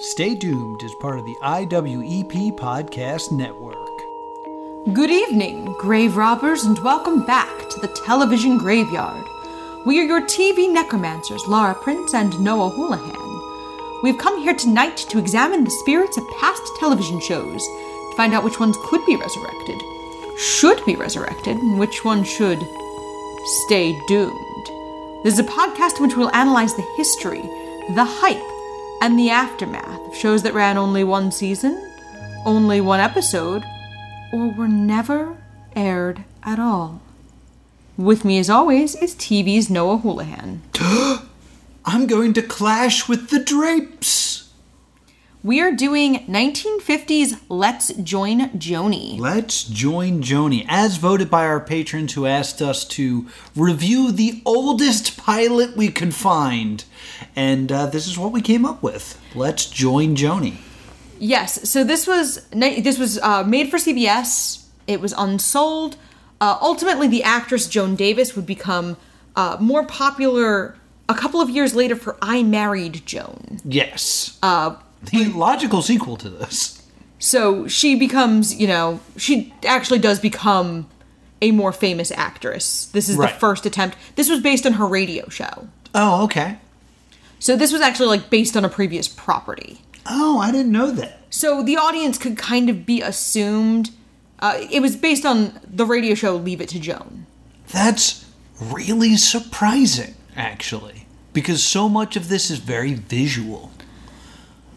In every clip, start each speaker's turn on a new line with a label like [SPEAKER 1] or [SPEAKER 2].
[SPEAKER 1] Stay Doomed is part of the IWEP Podcast Network.
[SPEAKER 2] Good evening, grave robbers, and welcome back to the television graveyard. We are your TV necromancers, Laura Prince and Noah Houlihan. We've come here tonight to examine the spirits of past television shows to find out which ones could be resurrected, should be resurrected, and which one should stay doomed. This is a podcast in which we'll analyze the history, the hype, and the aftermath of shows that ran only one season, only one episode, or were never aired at all. With me, as always, is TV's Noah Houlihan.
[SPEAKER 1] I'm going to clash with the drapes.
[SPEAKER 2] We are doing 1950s Let's Join Joni.
[SPEAKER 1] Let's join Joni, as voted by our patrons who asked us to review the oldest pilot we could find. And uh, this is what we came up with. Let's join Joni.
[SPEAKER 2] Yes, so this was ni- this was uh, made for CBS. It was unsold. Uh, ultimately, the actress Joan Davis would become uh, more popular a couple of years later for I Married Joan.
[SPEAKER 1] Yes. Uh, the logical sequel to this.
[SPEAKER 2] So she becomes, you know, she actually does become a more famous actress. This is
[SPEAKER 1] Right.
[SPEAKER 2] the first attempt. This was based on her radio show.
[SPEAKER 1] Oh, okay.
[SPEAKER 2] So this was actually like based on a previous property.
[SPEAKER 1] Oh, I didn't know that.
[SPEAKER 2] So the audience could kind of be assumed. Uh, it was based on the radio show Leave It to Joan.
[SPEAKER 1] That's really surprising, actually, because so much of this is very visual.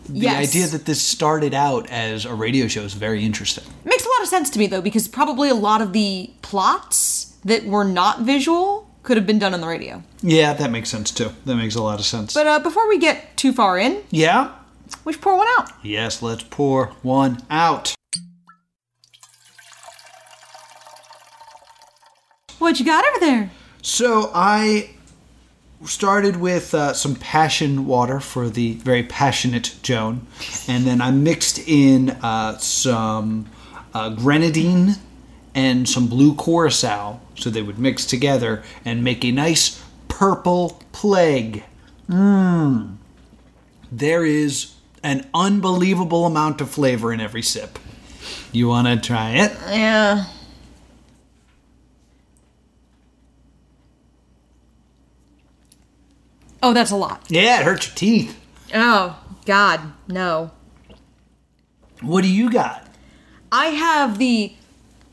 [SPEAKER 1] The
[SPEAKER 2] Yes.
[SPEAKER 1] idea that this started out as a radio show is very interesting.
[SPEAKER 2] Makes a lot of sense to me though, because probably a lot of the plots that were not visual could have been done on the radio.
[SPEAKER 1] Yeah, that makes sense too. That makes a lot of sense.
[SPEAKER 2] But uh, before we get too far in,
[SPEAKER 1] yeah?
[SPEAKER 2] we should pour one out.
[SPEAKER 1] Yes, let's pour one out.
[SPEAKER 2] What you got over there?
[SPEAKER 1] So I started with uh, some passion water for the very passionate Joan, and then I mixed in uh, some uh, grenadine and some blue curacao, so they would mix together and make a nice purple plague. Mmm. There is an unbelievable amount of flavor in every sip. You want to try it?
[SPEAKER 2] Yeah. Oh, that's a lot.
[SPEAKER 1] Yeah, it hurts your teeth.
[SPEAKER 2] Oh, God, no.
[SPEAKER 1] What do you got?
[SPEAKER 2] I have the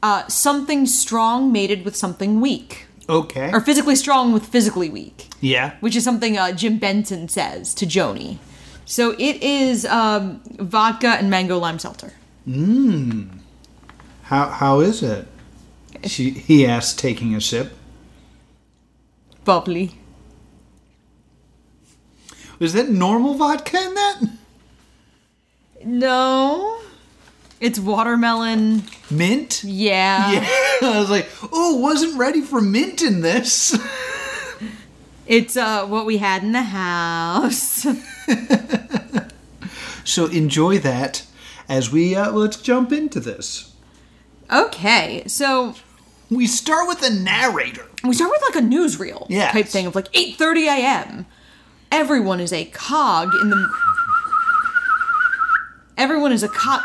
[SPEAKER 2] uh, something strong mated with something weak,
[SPEAKER 1] Okay.
[SPEAKER 2] or physically strong with physically weak,
[SPEAKER 1] Yeah.
[SPEAKER 2] which is something uh, Jim Benson says to Joni. So it is um, vodka and mango lime seltzer.
[SPEAKER 1] How how is it? She he asked, taking a sip.
[SPEAKER 2] Bubbly.
[SPEAKER 1] Is that normal vodka in that?
[SPEAKER 2] No, it's watermelon.
[SPEAKER 1] Mint? Yeah.
[SPEAKER 2] Yeah,
[SPEAKER 1] I was like, oh, wasn't ready for mint in this.
[SPEAKER 2] it's uh, what we had in the house.
[SPEAKER 1] So enjoy that as we uh, let's jump into this.
[SPEAKER 2] okay, so
[SPEAKER 1] We start with a narrator.
[SPEAKER 2] we start with like a newsreel
[SPEAKER 1] Yes.
[SPEAKER 2] type thing of like 8:30 a.m. Everyone is a cog in the. Everyone is a cog.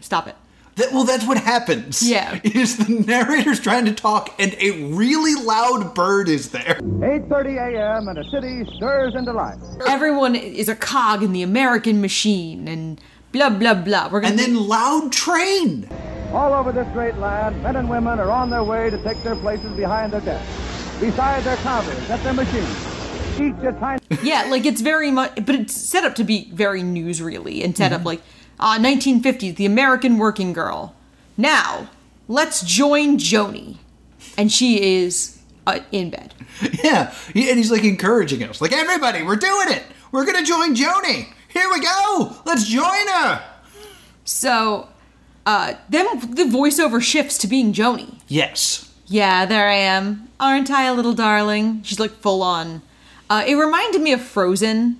[SPEAKER 2] Stop it.
[SPEAKER 1] That, well, that's what happens.
[SPEAKER 2] Yeah.
[SPEAKER 1] Is the narrator's trying to talk and a really loud bird is there.
[SPEAKER 3] 8:30 a.m. and the city stirs into life.
[SPEAKER 2] Everyone is a cog in the American machine and blah blah blah. We're gonna.
[SPEAKER 1] And then loud train.
[SPEAKER 3] All over this great land, men and women are on their way to take their places behind their desks, beside their counters, at their machines. Each a tiny
[SPEAKER 2] yeah, like it's very much, but it's set up to be very newsreely and
[SPEAKER 1] Mm-hmm.
[SPEAKER 2] set up like uh, 1950s, the American working girl. Now let's join Joni, and she is uh, in bed.
[SPEAKER 1] Yeah. He- And he's like encouraging us. Like, everybody, we're doing it. We're going to join Joni. Here we go. Let's join her.
[SPEAKER 2] So, uh, then the voiceover shifts to being Joni.
[SPEAKER 1] Yes.
[SPEAKER 2] Yeah, there I am. Aren't I a little darling? She's like full on. Uh, it reminded me of Frozen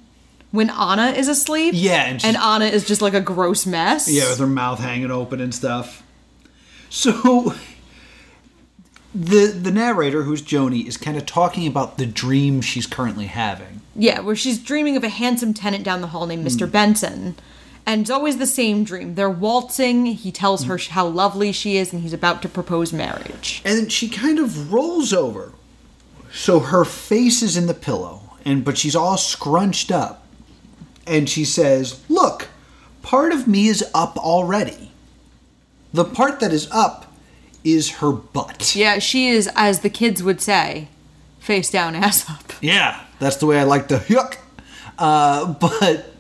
[SPEAKER 2] when Anna is asleep.
[SPEAKER 1] Yeah, and
[SPEAKER 2] and,
[SPEAKER 1] she's-
[SPEAKER 2] Anna is just like a gross mess.
[SPEAKER 1] Yeah, with her mouth hanging open and stuff. So the the narrator, who's Joni, is kind of talking about the dream she's currently having.
[SPEAKER 2] Yeah, where she's dreaming of a handsome tenant down the hall named Mr.
[SPEAKER 1] Hmm.
[SPEAKER 2] Benson. And it's always the same dream. They're waltzing, he tells her sh- how lovely she is, and he's about to propose marriage.
[SPEAKER 1] and then she kind of rolls over so her face is in the pillow and but she's all scrunched up and she says look part of me is up already the part that is up is her butt
[SPEAKER 2] Yeah, she is, as the kids would say, face down, ass up.
[SPEAKER 1] Yeah, that's the way I like to yuck. Uh, but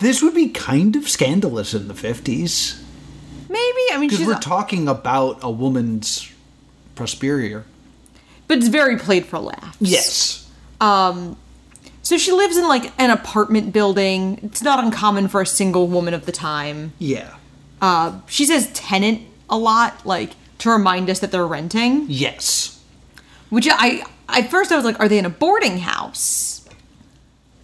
[SPEAKER 1] this would be kind of scandalous in the 50s
[SPEAKER 2] Maybe? I mean,
[SPEAKER 1] because
[SPEAKER 2] she's.
[SPEAKER 1] we're talking about a woman's posterior
[SPEAKER 2] but it's very played for laughs. Um,
[SPEAKER 1] yes
[SPEAKER 2] So she lives in like an apartment building. It's not uncommon for a single woman of the time.
[SPEAKER 1] yeah
[SPEAKER 2] Uh, she says tenant a lot, like to remind us that they're renting.
[SPEAKER 1] yes
[SPEAKER 2] Which I, at first I was like, are they in a boarding house?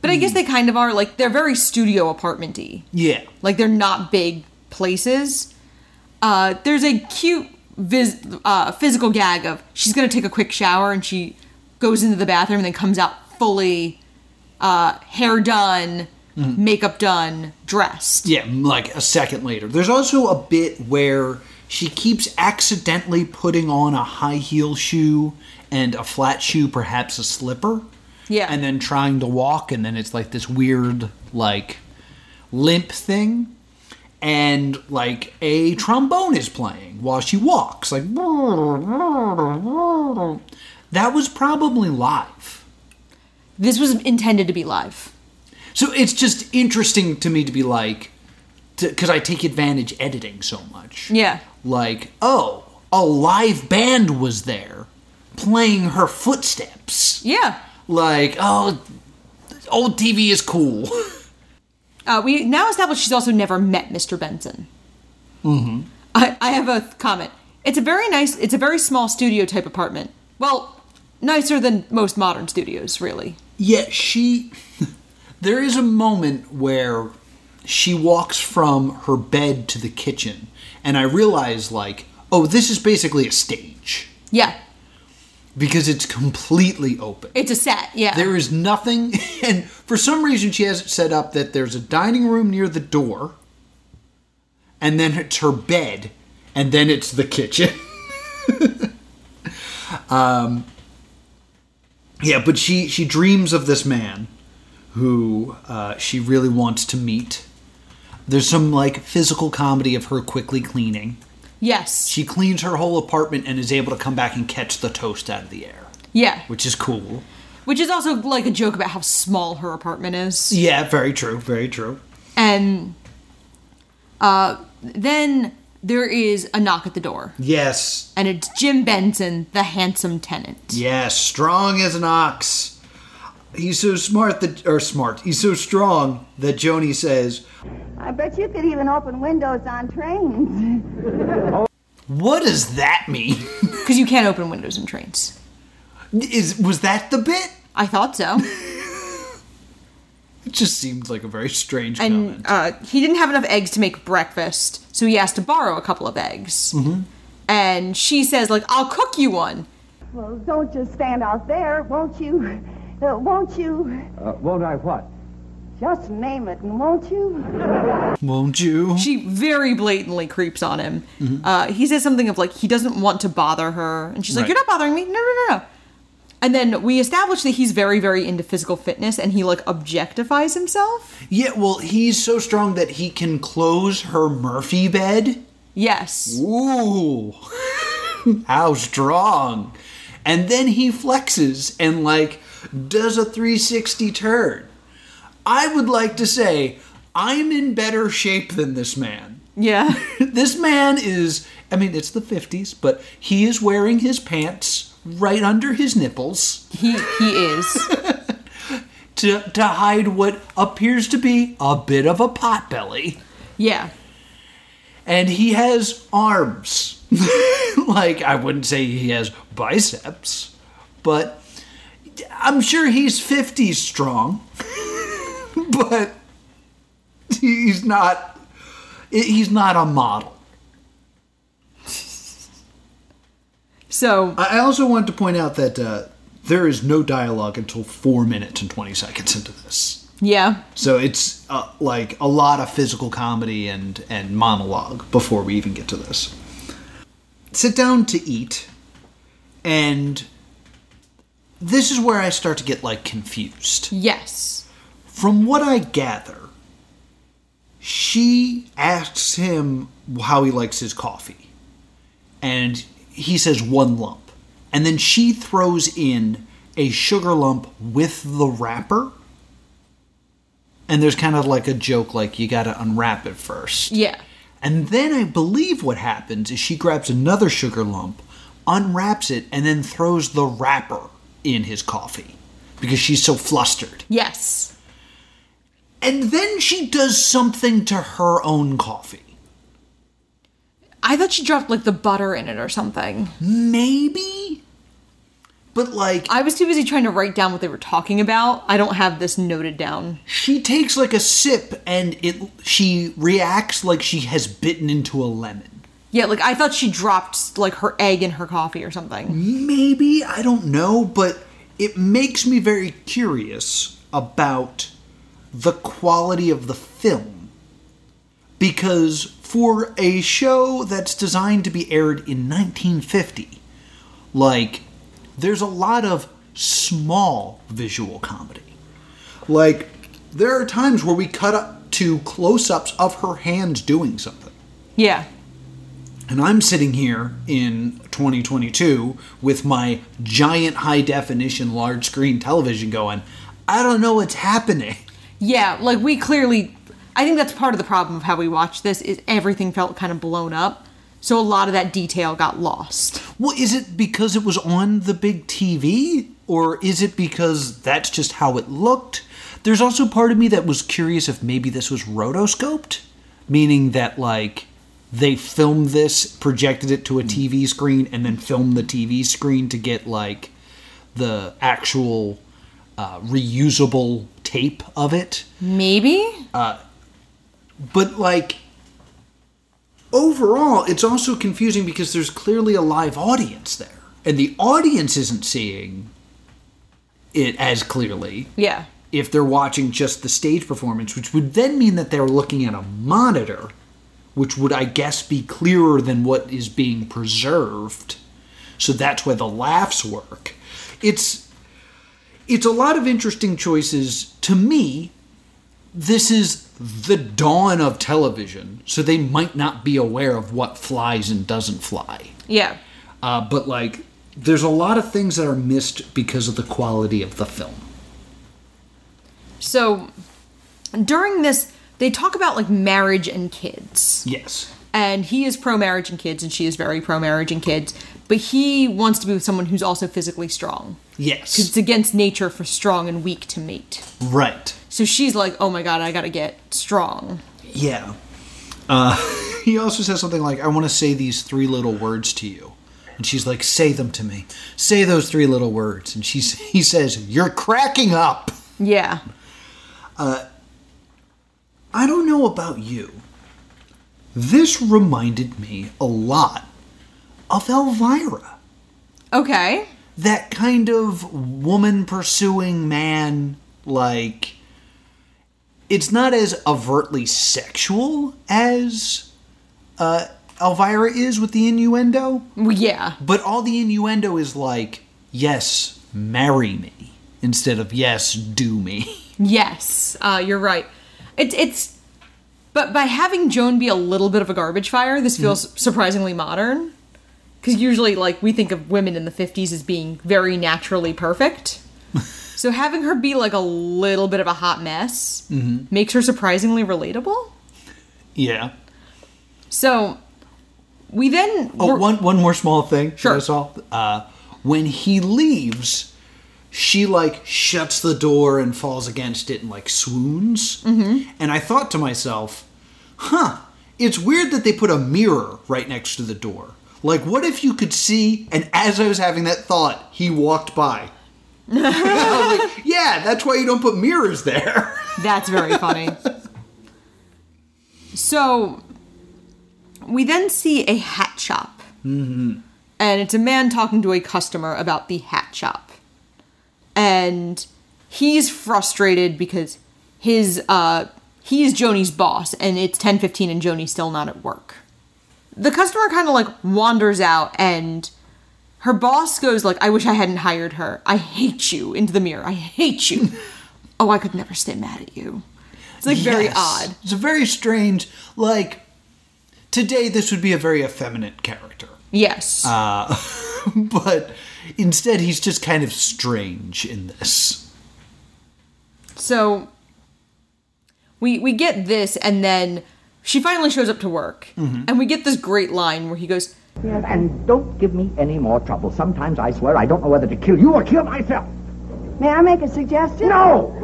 [SPEAKER 2] But I guess they kind of are. Like they're very studio apartmenty.
[SPEAKER 1] yeah
[SPEAKER 2] Like they're not big places. Uh, there's a cute vis- uh, physical gag of she's gonna take a quick shower and she goes into the bathroom and then comes out fully uh, hair done, makeup done, dressed.
[SPEAKER 1] Yeah, like a second later. There's also a bit where she keeps accidentally putting on a high heel shoe and a flat shoe, perhaps a slipper.
[SPEAKER 2] Yeah.
[SPEAKER 1] And then trying to walk, and then it's like this weird, like, limp thing. And like a trombone is playing while she walks. Like, that was probably live.
[SPEAKER 2] This was intended to be live.
[SPEAKER 1] So it's just interesting to me to be like, because I take advantage editing so much.
[SPEAKER 2] Yeah.
[SPEAKER 1] Like, oh, a live band was there playing her footsteps.
[SPEAKER 2] Yeah.
[SPEAKER 1] Like, oh, old TV is cool.
[SPEAKER 2] Uh, we now establish she's also never met Mr. Benson. Mm-hmm. I, I have a comment. It's a very nice. It's a very small studio type apartment. Well, nicer than most modern studios, really.
[SPEAKER 1] Yet she. There is a moment where she walks from her bed to the kitchen, and I realize, like, oh, this is basically a stage
[SPEAKER 2] Yeah,
[SPEAKER 1] because it's completely open.
[SPEAKER 2] it's a set. Yeah,
[SPEAKER 1] There is nothing, and for some reason, she has it set up that there's a dining room near the door, and then it's her bed, and then it's the kitchen. um, yeah, but she she dreams of this man who uh, she really wants to meet. There's some like physical comedy of her quickly cleaning.
[SPEAKER 2] yes,
[SPEAKER 1] She cleans her whole apartment and is able to come back and catch the toast out of the air,
[SPEAKER 2] yeah.
[SPEAKER 1] which is cool.
[SPEAKER 2] Which is also like a joke about how small her apartment is.
[SPEAKER 1] Yeah, very true. Very true.
[SPEAKER 2] And uh, then there is a knock at the door,
[SPEAKER 1] Yes.
[SPEAKER 2] and it's Jim Benson, the handsome tenant.
[SPEAKER 1] Yes. Strong as an ox. He's so smart that, or smart, he's so strong that Joni says,
[SPEAKER 4] I bet you could even open windows on trains.
[SPEAKER 1] What does that mean?
[SPEAKER 2] Because you can't open windows in trains.
[SPEAKER 1] Is Was that the bit?
[SPEAKER 2] I thought so.
[SPEAKER 1] It just seemed like a very strange
[SPEAKER 2] and
[SPEAKER 1] comment.
[SPEAKER 2] uh, he didn't have enough eggs to make breakfast, so he asked to borrow a couple of eggs. And she says, like, I'll cook you one.
[SPEAKER 4] Well, don't just stand out there, won't you? Uh, won't you?
[SPEAKER 3] Uh, won't I what?
[SPEAKER 4] Just name it, and won't you?
[SPEAKER 1] Won't you?
[SPEAKER 2] She very blatantly creeps on him. Uh, he says something of like he doesn't want to bother her, and she's like,
[SPEAKER 1] Right.
[SPEAKER 2] "You're not bothering me." No, no, no, no. And then we establish that he's very, very into physical fitness, and he like objectifies himself.
[SPEAKER 1] yeah, well, he's so strong that he can close her Murphy bed.
[SPEAKER 2] Yes,
[SPEAKER 1] Ooh, how strong. And then he flexes and, like, does a 360 turn. I would like to say, I'm in better shape than this man.
[SPEAKER 2] yeah,
[SPEAKER 1] This man is, I mean, it's the 50s, but he is wearing his pants right under his nipples
[SPEAKER 2] he he is.
[SPEAKER 1] to, to hide what appears to be a bit of a potbelly.
[SPEAKER 2] Yeah,
[SPEAKER 1] and he has arms. like I wouldn't say he has biceps, but I'm sure he's 50 strong. but he's not he's not a model.
[SPEAKER 2] So
[SPEAKER 1] I I also wanted to point out that uh, there is no dialogue until four minutes and twenty seconds into this.
[SPEAKER 2] yeah,
[SPEAKER 1] So it's uh, like a lot of physical comedy and and monologue before we even get to this. Sit down to eat, and this is where I start to get like confused.
[SPEAKER 2] yes,
[SPEAKER 1] From what I gather, she asks him how he likes his coffee, and he says one lump, and then she throws in a sugar lump with the wrapper. And there's kind of like a joke, like you got to unwrap it first.
[SPEAKER 2] yeah,
[SPEAKER 1] And then I believe what happens is she grabs another sugar lump, unwraps it, and then throws the wrapper in his coffee because she's so flustered.
[SPEAKER 2] yes,
[SPEAKER 1] And then she does something to her own coffee.
[SPEAKER 2] I thought she dropped like the butter in it or something.
[SPEAKER 1] Maybe? But like,
[SPEAKER 2] I was too busy trying to write down what they were talking about. I don't have this noted down.
[SPEAKER 1] she takes like a sip and it she reacts like she has bitten into a lemon.
[SPEAKER 2] Yeah, like I thought she dropped like her egg in her coffee or something.
[SPEAKER 1] Maybe, I don't know, but it makes me very curious about the quality of the film. Because for a show that's designed to be aired in 1950, like, there's a lot of small visual comedy. Like, there are times where we cut up to close ups of her hands doing something.
[SPEAKER 2] Yeah.
[SPEAKER 1] And I'm sitting here in 2022 with my giant high definition large screen television going, I don't know what's happening.
[SPEAKER 2] Yeah, like we clearly I think that's part of the problem of how we watched this is everything felt kind of blown up. So a lot of that detail got lost.
[SPEAKER 1] Well, is it because it was on the big TV? Or is it because that's just how it looked? There's also part of me that was curious if maybe this was rotoscoped, meaning that, like, they filmed this, projected it to a TV screen, and then filmed the TV screen to get, like, the actual uh, reusable tape of it.
[SPEAKER 2] Maybe?
[SPEAKER 1] But like overall, it's also confusing because there's clearly a live audience there. And the audience isn't seeing it as clearly
[SPEAKER 2] yeah.
[SPEAKER 1] if they're watching just the stage performance, which would then mean that they're looking at a monitor, which would, I guess, be clearer than what is being preserved. So that's where the laughs work. It's it's a lot of interesting choices to me. This is the dawn of television, so they might not be aware of what flies and doesn't fly.
[SPEAKER 2] Yeah.
[SPEAKER 1] Uh, but like, there's a lot of things that are missed because of the quality of the film.
[SPEAKER 2] So during this they talk about like marriage and kids.
[SPEAKER 1] Yes.
[SPEAKER 2] and he is pro marriage and kids, and she is very pro marriage and kids. But he wants to be with someone who's also physically strong.
[SPEAKER 1] Yes.
[SPEAKER 2] It's against nature for strong and weak to mate.
[SPEAKER 1] Right.
[SPEAKER 2] So she's like, oh my god, I gotta get strong.
[SPEAKER 1] Yeah. Uh, he also says something like, I want to say these three little words to you. And she's like, say them to me. Say those three little words. And she's, he says, You're cracking up.
[SPEAKER 2] Yeah.
[SPEAKER 1] I don't know about you. This reminded me a lot of Elvira.
[SPEAKER 2] Okay.
[SPEAKER 1] that kind of woman pursuing man like it's not as overtly sexual as uh, Elvira is with the innuendo,
[SPEAKER 2] Well, yeah.
[SPEAKER 1] but all the innuendo is like, yes, marry me, instead of yes, do me.
[SPEAKER 2] Yes. Uh, you're right. It's it's. But by having Joan be a little bit of a garbage fire,
[SPEAKER 1] Mm-hmm.
[SPEAKER 2] this feels surprisingly modern. Because usually, like, we think of women in the 50s as being very naturally perfect. so having her be, like, a little bit of a hot mess
[SPEAKER 1] Mm-hmm.
[SPEAKER 2] makes her surprisingly relatable.
[SPEAKER 1] Yeah.
[SPEAKER 2] So we then.
[SPEAKER 1] Oh,
[SPEAKER 2] we're-
[SPEAKER 1] one one more small thing.
[SPEAKER 2] Sure.
[SPEAKER 1] That's all. Uh, when he leaves, she like shuts the door and falls against it and like swoons. Mm-hmm. And I thought to myself, huh, it's weird that they put a mirror right next to the door. Like, what if you could see? And as I was having that thought, he walked by. I was like, yeah, that's why you don't put mirrors there.
[SPEAKER 2] That's very funny. so we then see a hat shop. and it's a man talking to a customer about the hat shop. And he's frustrated because his uh he is Joni's boss and it's 10:15 and Joni's still not at work. The customer kind of like wanders out and her boss goes like I wish I hadn't hired her. I hate you into the mirror. I hate you. oh, I could never stay mad at you. It's like very
[SPEAKER 1] Yes.
[SPEAKER 2] odd.
[SPEAKER 1] It's a very strange, like, today this would be a very effeminate character.
[SPEAKER 2] Yes.
[SPEAKER 1] Uh, but instead, he's just kind of strange in this.
[SPEAKER 2] So we we get this, and then she finally shows up to work, and we get this great line where he goes,
[SPEAKER 5] Yes, and don't give me any more trouble. Sometimes I swear I don't know whether to kill you or kill myself.
[SPEAKER 4] May I make a suggestion?
[SPEAKER 5] No!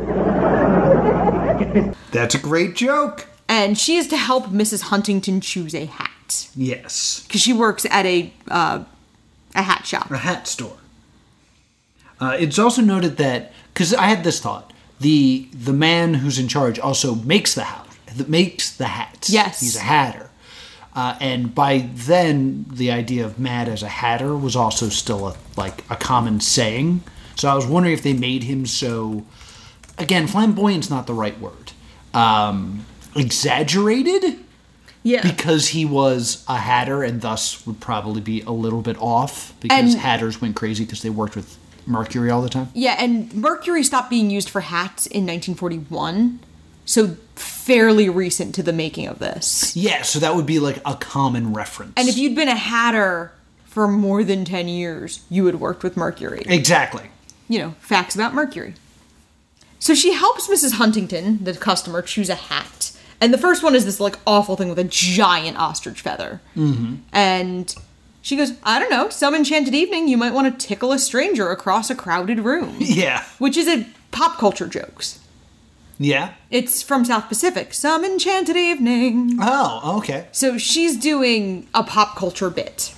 [SPEAKER 1] That's a great joke.
[SPEAKER 2] and she is to help Mrs. Huntington choose a hat
[SPEAKER 1] Yes.
[SPEAKER 2] because she works at a uh, a hat shop.
[SPEAKER 1] A hat store. Uh, it's also noted that because I had this thought, the the man who's in charge also makes the hat, that makes the hats.
[SPEAKER 2] Yes.
[SPEAKER 1] he's a hatter, uh, and by then the idea of "mad as a hatter" was also still a, like a common saying. So I was wondering if they made him so. Again, flamboyant's not the right word. Um, exaggerated
[SPEAKER 2] Yeah,
[SPEAKER 1] because he was a hatter and thus would probably be a little bit off because
[SPEAKER 2] And-
[SPEAKER 1] hatters went crazy because they worked with mercury all the time.
[SPEAKER 2] yeah, and mercury stopped being used for hats in 1941, so fairly recent to the making of this.
[SPEAKER 1] Yeah, so that would be like a common reference.
[SPEAKER 2] And if you'd been a hatter for more than 10 years, you had worked with mercury.
[SPEAKER 1] exactly.
[SPEAKER 2] you know, facts about Mercury. So she helps Mrs. Huntington, the customer, choose a hat. And the first one is this like awful thing with a giant ostrich feather. Mm-hmm. And she goes, I don't know, some enchanted evening you might want to tickle a stranger across a crowded room.
[SPEAKER 1] Yeah.
[SPEAKER 2] Which is a pop culture jokes.
[SPEAKER 1] Yeah.
[SPEAKER 2] It's from South Pacific. Some enchanted evening.
[SPEAKER 1] Oh, okay.
[SPEAKER 2] So she's doing a pop culture bit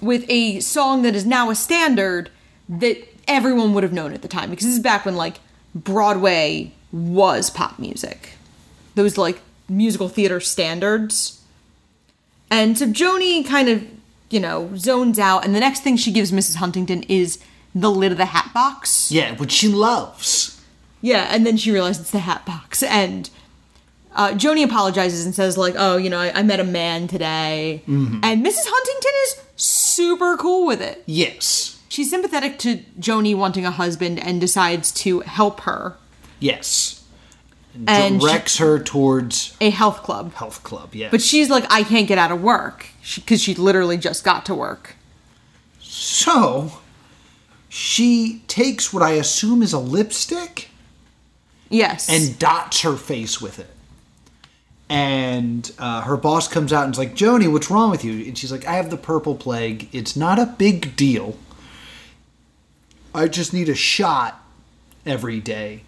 [SPEAKER 2] with a song that is now a standard that everyone would have known at the time because this is back when like Broadway was pop music. Those like musical theater standards. And so Joni kind of, you know, zones out and the next thing she gives Mrs. Huntington is the lid of the hat box.
[SPEAKER 1] Yeah, which she loves.
[SPEAKER 2] Yeah, and then she realized it's the hat box, and uh, Joni apologizes and says like, "Oh, you know, I, I met a man today," and Mrs. Huntington is super cool with it.
[SPEAKER 1] Yes.
[SPEAKER 2] She's sympathetic to Joni wanting a husband and decides to help her
[SPEAKER 1] Yes.
[SPEAKER 2] and she-
[SPEAKER 1] Directs her towards
[SPEAKER 2] a health club.
[SPEAKER 1] health club. Yeah.
[SPEAKER 2] But she's like, "I can't get out of work" because she literally just got to work.
[SPEAKER 1] so she takes what I assume is a lipstick.
[SPEAKER 2] Yes,
[SPEAKER 1] and dots her face with it. And uh, her boss comes out and is like, Joni, what's wrong with you? And she's like, I have the purple plague. It's not a big deal. I just need a shot every day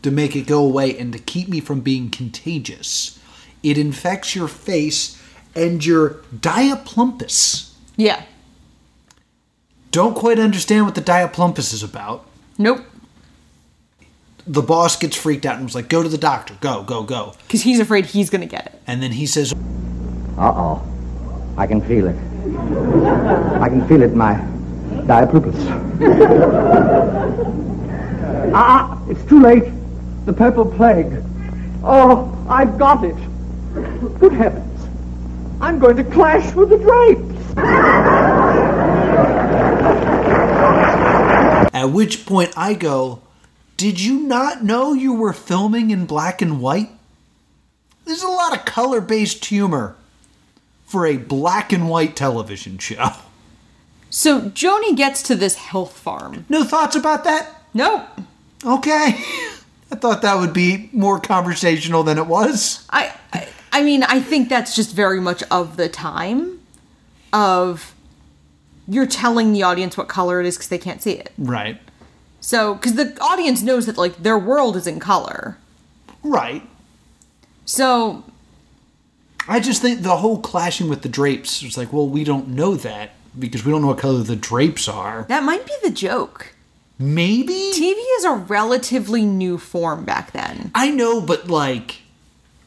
[SPEAKER 1] to make it go away and to keep me from being contagious. It infects your face and your diaplumpus.
[SPEAKER 2] yeah,
[SPEAKER 1] Don't quite understand what the diaplumpus is about.
[SPEAKER 2] nope,
[SPEAKER 1] The boss gets freaked out and was like, Go to the doctor. Go, go, go.
[SPEAKER 2] because he's afraid he's gonna get it.
[SPEAKER 1] And then he says,
[SPEAKER 5] Uh oh. I can feel it. I can feel it in my diaplumpus. ah, it's too late. The purple plague. Oh, I've got it. Good heavens. I'm going to clash with the drapes.
[SPEAKER 1] At which point I go, Did you not know you were filming in black and white? There's a lot of color based humor for a black and white television show.
[SPEAKER 2] So Joni gets to this health farm.
[SPEAKER 1] No thoughts about that?
[SPEAKER 2] Nope.
[SPEAKER 1] Okay. I thought that would be more conversational than it was.
[SPEAKER 2] I, I I mean, I think that's just very much of the time of you're telling the audience what color it is because they can't see it.
[SPEAKER 1] Right.
[SPEAKER 2] So, because the audience knows that like their world is in color.
[SPEAKER 1] Right.
[SPEAKER 2] So,
[SPEAKER 1] I just think the whole clashing with the drapes was like, well, we don't know that because we don't know what color the drapes are.
[SPEAKER 2] that might be the joke.
[SPEAKER 1] Maybe?
[SPEAKER 2] TV is a relatively new form back then.
[SPEAKER 1] I know, but like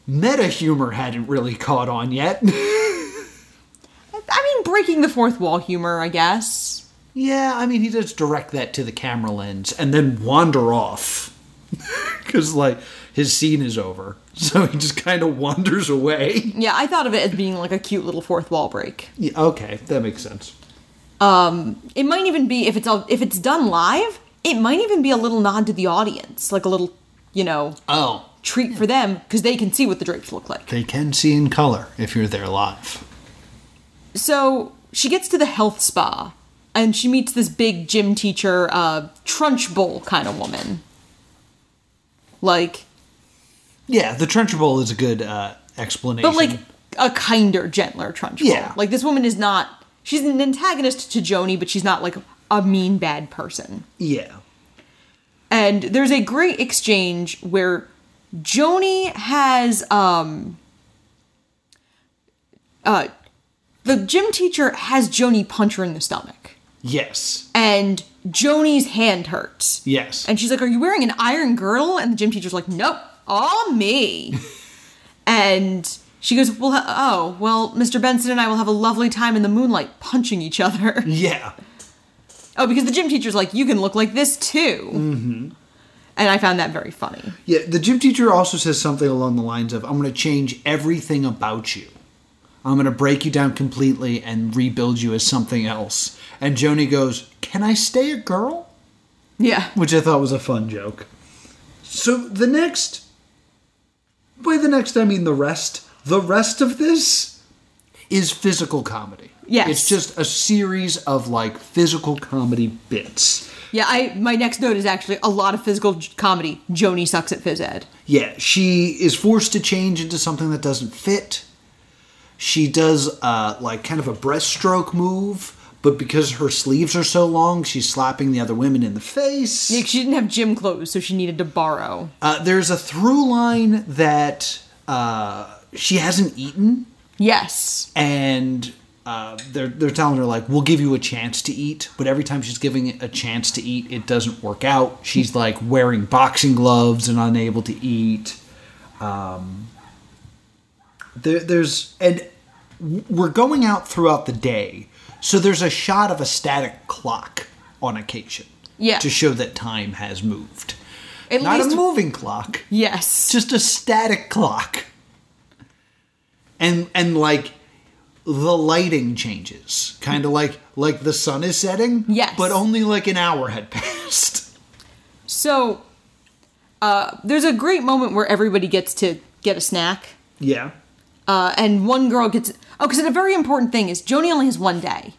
[SPEAKER 1] meta humor hadn't really caught on yet.
[SPEAKER 2] I mean, breaking the fourth wall humor, I guess.
[SPEAKER 1] Yeah, I mean, he does direct that to the camera lens and then wander off because, like, his scene is over. So he just kind of wanders away.
[SPEAKER 2] Yeah, I thought of it as being like a cute little fourth wall break.
[SPEAKER 1] Yeah, okay, that makes sense.
[SPEAKER 2] It might even be if it's all, if it's done live, it might even be a little nod to the audience, like a little, you know,
[SPEAKER 1] Oh,
[SPEAKER 2] treat for them because they can see what the drapes look like.
[SPEAKER 1] they can see in color if you're there live.
[SPEAKER 2] So she gets to the health spa and she meets this big gym teacher, uh, Trunchbull kind of woman. Like,
[SPEAKER 1] Yeah, the Trenchable is a good uh, explanation.
[SPEAKER 2] but like a kinder, gentler Trunchbull.
[SPEAKER 1] Yeah.
[SPEAKER 2] Like this woman is not, she's an antagonist to Joni, but she's not like a mean, bad person.
[SPEAKER 1] yeah.
[SPEAKER 2] And there's a great exchange where Joni has um uh the gym teacher has Joni punch her in the stomach.
[SPEAKER 1] Yes.
[SPEAKER 2] And Joni's hand hurts.
[SPEAKER 1] Yes.
[SPEAKER 2] And she's like, Are you wearing an iron girdle? And the gym teacher's like, Nope, all me. and she goes, Well, oh, well, Mr. Benson and I will have a lovely time in the moonlight punching each other.
[SPEAKER 1] yeah.
[SPEAKER 2] Oh, because the gym teacher's like, you can look like this too. And I found that very funny.
[SPEAKER 1] Yeah, the gym teacher also says something along the lines of I'm going to change everything about you. I'm going to break you down completely and rebuild you as something else. And Joni goes, Can I stay a girl?
[SPEAKER 2] Yeah.
[SPEAKER 1] Which I thought was a fun joke. So the next. By the next, I mean the rest. The rest of this is physical comedy.
[SPEAKER 2] Yes.
[SPEAKER 1] It's just a series of like physical comedy bits.
[SPEAKER 2] Yeah, I my next note is actually a lot of physical j- comedy. Joni sucks at phys ed.
[SPEAKER 1] Yeah, she is forced to change into something that doesn't fit. She does uh, like kind of a breaststroke move, but because her sleeves are so long, she's slapping the other women in the face.
[SPEAKER 2] Like, she didn't have gym clothes, so she needed to borrow.
[SPEAKER 1] Uh, there's a through line that uh, she hasn't eaten,
[SPEAKER 2] Yes.
[SPEAKER 1] and uh, they're they're telling her like, "We'll give you a chance to eat," but every time she's giving it a chance to eat, it doesn't work out. She's like wearing boxing gloves and unable to eat. Um, there, there's and w- we're going out throughout the day, so there's a shot of a static clock on occasion,
[SPEAKER 2] Yeah.
[SPEAKER 1] to show that time has moved.
[SPEAKER 2] At
[SPEAKER 1] Not
[SPEAKER 2] least
[SPEAKER 1] a moving clock
[SPEAKER 2] Yes.
[SPEAKER 1] just a static clock and and like the lighting changes kind of like like the sun is setting
[SPEAKER 2] Yes.
[SPEAKER 1] but only like an hour had passed
[SPEAKER 2] So uh, there's a great moment where everybody gets to get a snack.
[SPEAKER 1] yeah
[SPEAKER 2] Uh, and one girl gets oh, because a very important thing is Joni only has one day.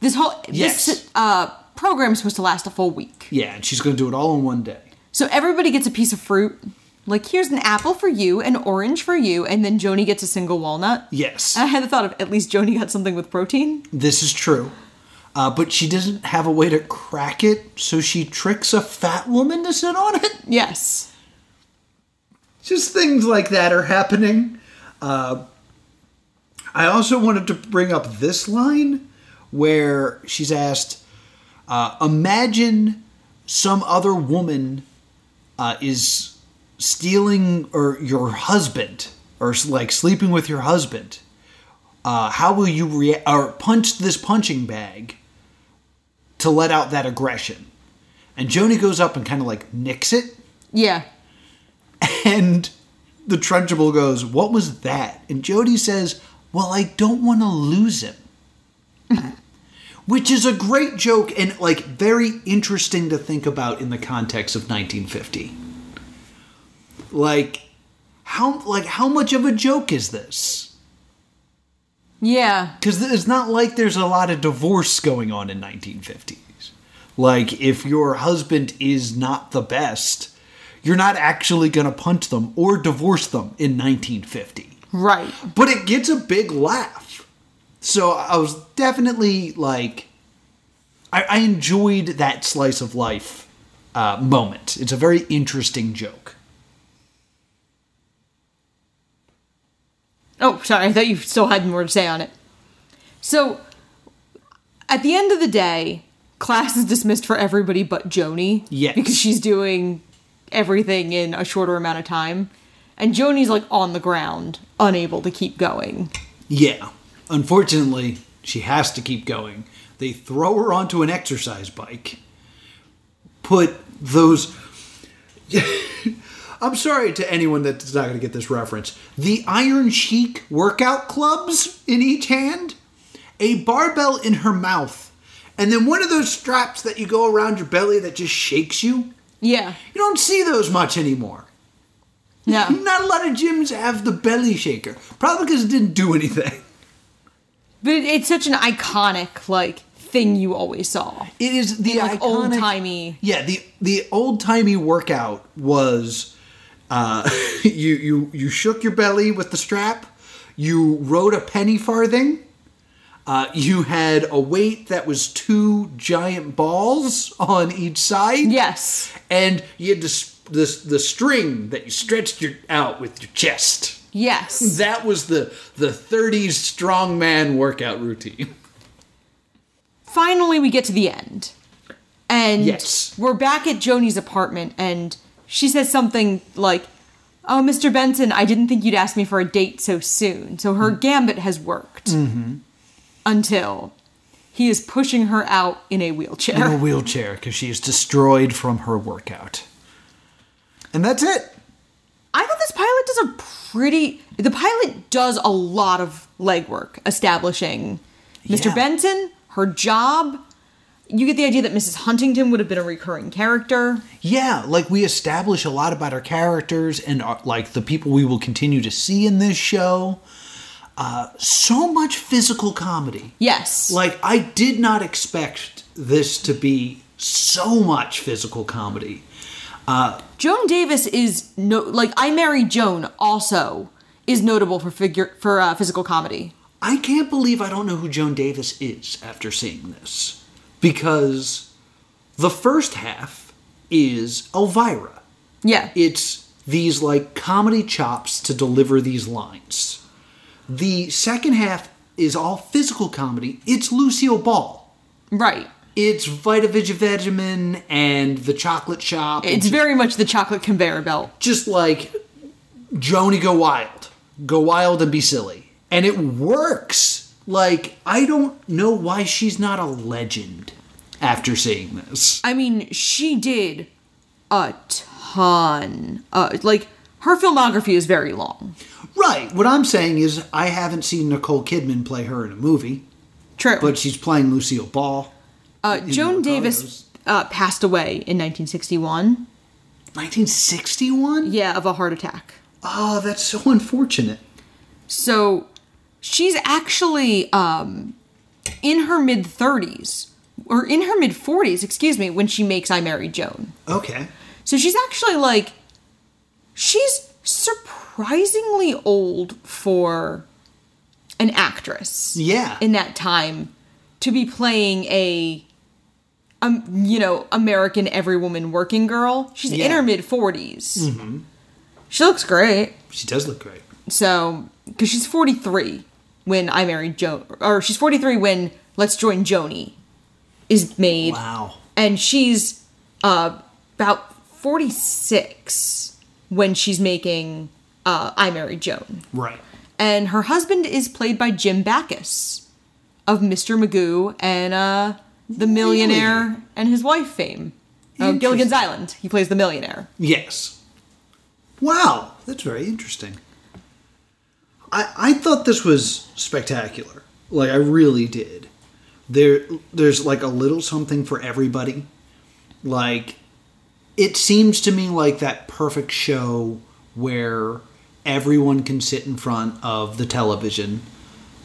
[SPEAKER 2] This whole
[SPEAKER 1] Yes.
[SPEAKER 2] this uh, program's supposed to last a full week.
[SPEAKER 1] yeah and she's gonna do it all in one day
[SPEAKER 2] So everybody gets a piece of fruit. Like here's an apple for you, an orange for you, and then Joni gets a single walnut.
[SPEAKER 1] yes
[SPEAKER 2] I had the thought of at least Joni got something with protein.
[SPEAKER 1] this is true uh, but she doesn't have a way to crack it so she tricks a fat woman to sit on it
[SPEAKER 2] Yes.
[SPEAKER 1] just things like that are happening. Uh, I also wanted to bring up this line where she's asked, uh, "Imagine some other woman uh, is stealing or your husband, or s- like sleeping with your husband. Uh, how will you react? Or punch this punching bag to let out that aggression?" And Joni goes up and kind of like nicks it.
[SPEAKER 2] Yeah.
[SPEAKER 1] And the Trunchable goes, What was that? And Jody says, Well, I don't want to lose him. Which is a great joke and like very interesting to think about in the context of 1950. Like how like how much of a joke is this?
[SPEAKER 2] Yeah.
[SPEAKER 1] Cuz it's not like there's a lot of divorce going on in 1950s. Like if your husband is not the best, you're not actually going to punch them or divorce them in 1950
[SPEAKER 2] Right.
[SPEAKER 1] but it gets a big laugh. So I was definitely like, I, I enjoyed that slice of life uh, moment. It's a very interesting joke.
[SPEAKER 2] Oh, sorry. I thought you still had more to say on it. So at the end of the day, class is dismissed for everybody but Joni.
[SPEAKER 1] Yes.
[SPEAKER 2] Because she's doing everything in a shorter amount of time. And Joni's like on the ground, unable to keep going.
[SPEAKER 1] Yeah. Unfortunately, She has to keep going. They throw her onto an exercise bike. Put those. I'm sorry to anyone that's not going to get this reference. The Iron Sheik workout clubs in each hand, a barbell in her mouth, and then one of those straps that you go around your belly that just shakes you.
[SPEAKER 2] Yeah.
[SPEAKER 1] You don't see those much anymore.
[SPEAKER 2] No.
[SPEAKER 1] Not a lot of gyms have the belly shaker. Probably because it didn't do anything.
[SPEAKER 2] but it, it's such an iconic like thing you always saw.
[SPEAKER 1] It is the iconic-
[SPEAKER 2] Like old-timey.
[SPEAKER 1] Yeah, the the old timey workout was uh, you you you shook your belly with the strap. You rode a penny farthing. Uh, you had a weight that was two giant balls on each side.
[SPEAKER 2] Yes.
[SPEAKER 1] and you had this, this the string that you stretched your out with your chest.
[SPEAKER 2] Yes.
[SPEAKER 1] That was the the 30s strongman workout routine.
[SPEAKER 2] finally we get to the end and
[SPEAKER 1] Yes.
[SPEAKER 2] we're back at joni's apartment and she says something like oh mr benson i didn't think you'd ask me for a date so soon so
[SPEAKER 1] Mm-hmm.
[SPEAKER 2] her gambit has worked until he is pushing her out in a wheelchair
[SPEAKER 1] in a wheelchair because she is destroyed from her workout. And that's it.
[SPEAKER 2] i thought this pilot does a pretty the pilot does a lot of legwork establishing mr
[SPEAKER 1] Yeah.
[SPEAKER 2] benson her job you get the idea that mrs huntington would have been a recurring character
[SPEAKER 1] Yeah, like we establish a lot about our characters and our, like the people we will continue to see in this show. Uh, so much physical comedy.
[SPEAKER 2] yes
[SPEAKER 1] Like I did not expect this to be so much physical comedy.
[SPEAKER 2] Joan Davis is no like I Marry Joan also is notable for figure for uh, physical comedy.
[SPEAKER 1] I can't believe I don't know who Joan Davis is after seeing this. Because the first half is Elvira.
[SPEAKER 2] Yeah,
[SPEAKER 1] It's these like comedy chops to deliver these lines. The second half is all physical comedy. It's Lucille Ball.
[SPEAKER 2] right.
[SPEAKER 1] It's Vita Vegetamin and the Chocolate Shop.
[SPEAKER 2] It's very much the chocolate conveyor belt.
[SPEAKER 1] just like Joni go wild. Go wild and be silly. And it works. Like, I don't know why she's not a legend after seeing this.
[SPEAKER 2] I mean, she did a ton. Uh, like her filmography is very long.
[SPEAKER 1] Right. What I'm saying is, I haven't seen Nicole Kidman play her in a movie,
[SPEAKER 2] True.
[SPEAKER 1] but she's playing Lucille Ball.
[SPEAKER 2] uh, Joan
[SPEAKER 1] Ricardo's.
[SPEAKER 2] Davis uh, passed away in 1961.
[SPEAKER 1] 1961?
[SPEAKER 2] Yeah, of a heart attack.
[SPEAKER 1] Oh, that's so unfortunate.
[SPEAKER 2] So she's actually um, in her mid 30s, or in her mid 40s, excuse me, when she makes I Marry Joan.
[SPEAKER 1] Okay.
[SPEAKER 2] So she's actually like, she's surprisingly old for an actress
[SPEAKER 1] Yeah.
[SPEAKER 2] in that time to be playing a. Um, you know, American every woman working girl. She's in
[SPEAKER 1] Yeah.
[SPEAKER 2] her mid 40s. She looks great.
[SPEAKER 1] she does look great.
[SPEAKER 2] So, because she's 43 when I married Joan, or she's 43 when Let's Join Joni is made.
[SPEAKER 1] Wow.
[SPEAKER 2] And she's uh, about 46 when she's making uh, I Married Joan.
[SPEAKER 1] Right.
[SPEAKER 2] And her husband is played by Jim Backus of Mr. Magoo and uh, The Millionaire and His Wife fame. Uh, Gilligan's
[SPEAKER 1] Interesting.
[SPEAKER 2] Island. He plays the millionaire.
[SPEAKER 1] Yes. Wow, that's very interesting. I I thought this was spectacular. Like I really did. There there's like a little something for everybody. Like it seems to me like that perfect show where everyone can sit in front of the television.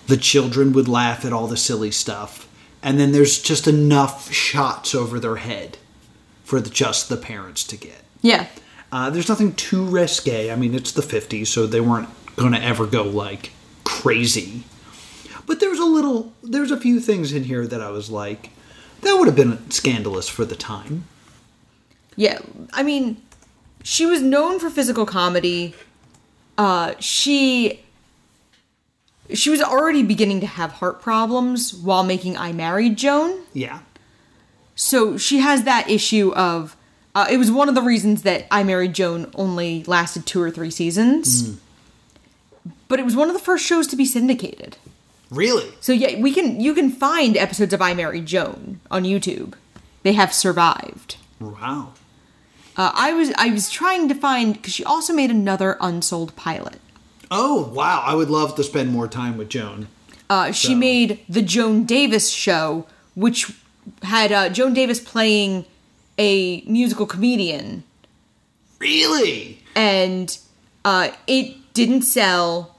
[SPEAKER 1] The children would laugh at all the silly stuff. And then there's just enough shots over their head for the, just the parents to get.
[SPEAKER 2] Yeah.
[SPEAKER 1] Uh, there's nothing too risque. I mean, it's the 50s, so they weren't going to ever go like crazy. But there's a little, there's a few things in here that I was like, that would have been scandalous for the time.
[SPEAKER 2] Yeah, I mean, she was known for physical comedy. Uh, she she was already beginning to have heart problems while making I Married Joan.
[SPEAKER 1] Yeah.
[SPEAKER 2] So she has that issue of uh, it was one of the reasons that I Married Joan only lasted two or three seasons. But it was one of the first shows to be syndicated.
[SPEAKER 1] Really?
[SPEAKER 2] So yeah, we can you can find episodes of I Marry Joan on YouTube. They have survived.
[SPEAKER 1] Wow.
[SPEAKER 2] Uh, I was I was trying to find because she also made another unsold pilot.
[SPEAKER 1] Oh, wow. I would love to spend more time with Joan.
[SPEAKER 2] Uh, she
[SPEAKER 1] So-
[SPEAKER 2] made the Joan Davis show, which had uh, Joan Davis playing a musical comedian,
[SPEAKER 1] Really?
[SPEAKER 2] and uh, it didn't sell,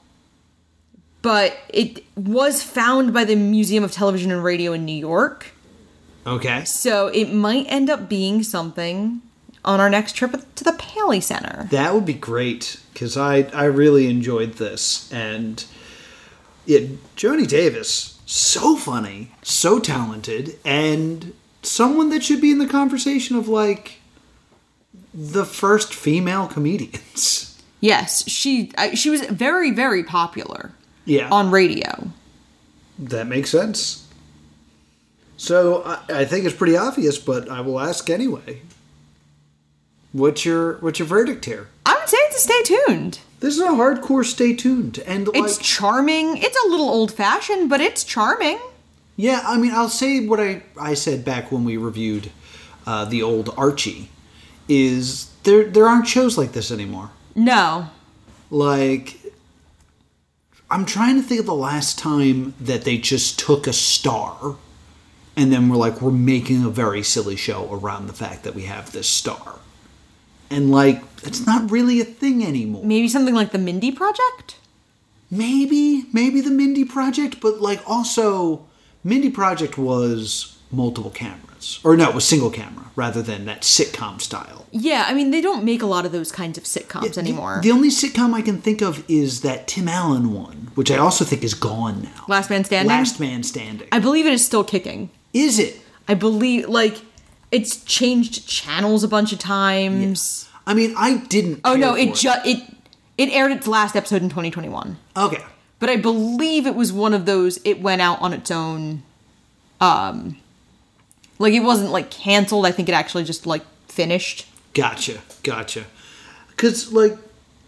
[SPEAKER 2] but it was found by the Museum of Television and Radio in New York.
[SPEAKER 1] Okay.
[SPEAKER 2] So it might end up being something on our next trip to the Paley Center.
[SPEAKER 1] That would be great because I, I really enjoyed this. And yeah, Joni Davis, so funny, so talented, and someone that should be in the conversation of like the first female comedians.
[SPEAKER 2] Yes, she uh, she was very very popular
[SPEAKER 1] Yeah.
[SPEAKER 2] on radio.
[SPEAKER 1] Um, That makes sense. So I, I think it's pretty obvious, but I will ask anyway. What's your what's your verdict here?
[SPEAKER 2] I would say it's a stay tuned.
[SPEAKER 1] This is a hardcore stay tuned and like
[SPEAKER 2] It's charming. It's a little old fashioned, but it's charming.
[SPEAKER 1] Yeah, I mean, I'll say what I, I said back when we reviewed uh, the old Archie is there there aren't shows like this anymore.
[SPEAKER 2] No.
[SPEAKER 1] Like, I'm trying to think of the last time that they just took a star and then we're like, we're making a very silly show around the fact that we have this star. And like, it's not really a thing anymore.
[SPEAKER 2] Maybe something like the Mindy Project?
[SPEAKER 1] maybe maybe the mindy project but like also mindy project was multiple cameras or no it was single camera rather than that sitcom style
[SPEAKER 2] Yeah, I mean, they don't make a lot of those kinds of sitcoms anymore.
[SPEAKER 1] the, the only sitcom i can think of is that tim allen one which i also think is gone now
[SPEAKER 2] Last Man Standing?
[SPEAKER 1] last man standing
[SPEAKER 2] I believe it is still kicking.
[SPEAKER 1] is it
[SPEAKER 2] I believe, like, it's changed channels a bunch of times.
[SPEAKER 1] i mean i didn't
[SPEAKER 2] Oh, no,
[SPEAKER 1] care
[SPEAKER 2] it
[SPEAKER 1] for
[SPEAKER 2] just, it, it aired its last episode in 2021.
[SPEAKER 1] okay
[SPEAKER 2] But I believe it was one of those, it went out on its own. Um, like, it wasn't, like, canceled. I think it actually just, like, finished.
[SPEAKER 1] Gotcha, gotcha. Because like,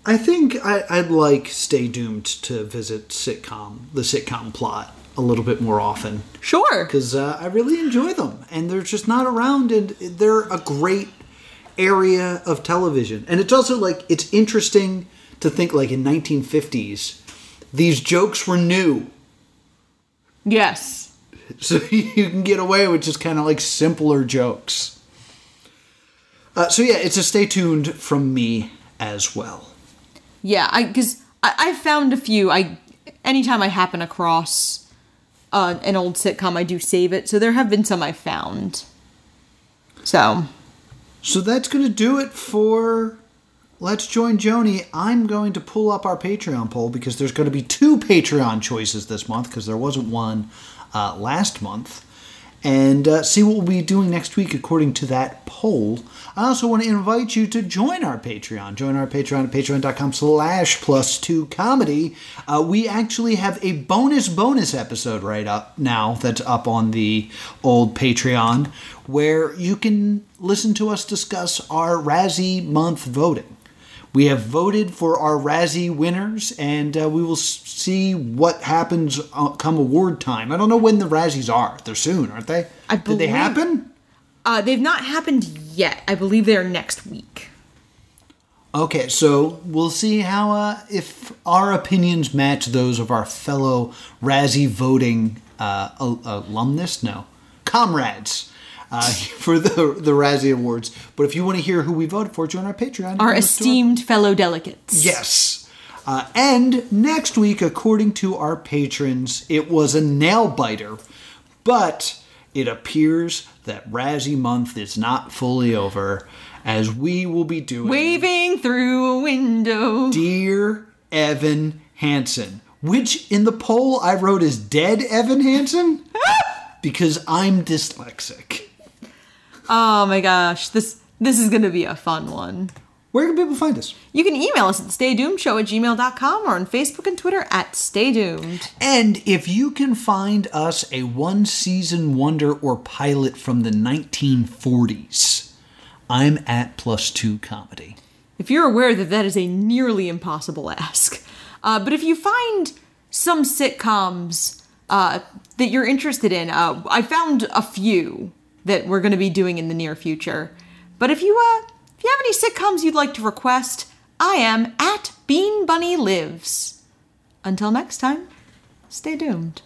[SPEAKER 1] I think I, I'd like Stay Doomed to visit sitcom the sitcom plot a little bit more often
[SPEAKER 2] Sure.
[SPEAKER 1] because uh, I really enjoy them, and they're just not around, and they're a great area of television. And it's also like it's interesting to think like in 1950s, these jokes were new,
[SPEAKER 2] Yes.
[SPEAKER 1] so you can get away with just kind of like simpler jokes. Uh, so yeah, it's a stay tuned from me as well.
[SPEAKER 2] Yeah, I because I, I found a few. I anytime I happen across uh, an old sitcom, I do save it. So there have been some I found. So
[SPEAKER 1] So that's going to do it for Let's Join Joni. I'm going to pull up our Patreon poll because there's going to be two Patreon choices this month because there wasn't one uh, last month. And uh, see what we'll be doing next week according to that poll. I also want to invite you to join our Patreon. Join our Patreon at patreon.com slash plus two comedy. Uh, we actually have a bonus bonus episode right up now that's up on the old Patreon where you can listen to us discuss our Razzie month voting. We have voted for our Razzie winners, and uh, we will s- see what happens uh, come award time. I don't know when the Razzies are. They're soon, aren't they?
[SPEAKER 2] I
[SPEAKER 1] Did they
[SPEAKER 2] believe-
[SPEAKER 1] happen?
[SPEAKER 2] uh, they've not happened yet. I believe they are next week.
[SPEAKER 1] Okay, so we'll see how uh, if our opinions match those of our fellow Razzie voting uh, al- alumnus, no, comrades uh, for the the Razzie Awards. But if you want to hear who we voted for, join our Patreon. Join us
[SPEAKER 2] Our
[SPEAKER 1] to our-
[SPEAKER 2] esteemed fellow delegates.
[SPEAKER 1] Yes. Uh, and next week, according to our patrons, it was a nail biter, but it appears that Razzie Month is not fully over, as we will be doing
[SPEAKER 2] Waving through a window.
[SPEAKER 1] Dear Evan Hansen, which in the poll I wrote is Dead Evan Hansen because I'm dyslexic.
[SPEAKER 2] Oh my gosh, this this is gonna be a fun one.
[SPEAKER 1] Where can people find us?
[SPEAKER 2] You can email us at staydoomedshow at gmail.com or on Facebook and Twitter at staydoomed.
[SPEAKER 1] And if you can find us a one season wonder or pilot from the 1940s, I'm at plus two comedy.
[SPEAKER 2] If you're aware that that is a nearly impossible ask, uh, but if you find some sitcoms uh, that you're interested in. Uh, I found a few that we're going to be doing in the near future. But if you uh, if you have any sitcoms you'd like to request, I am at Bean Bunny Lives. Until next time, stay doomed.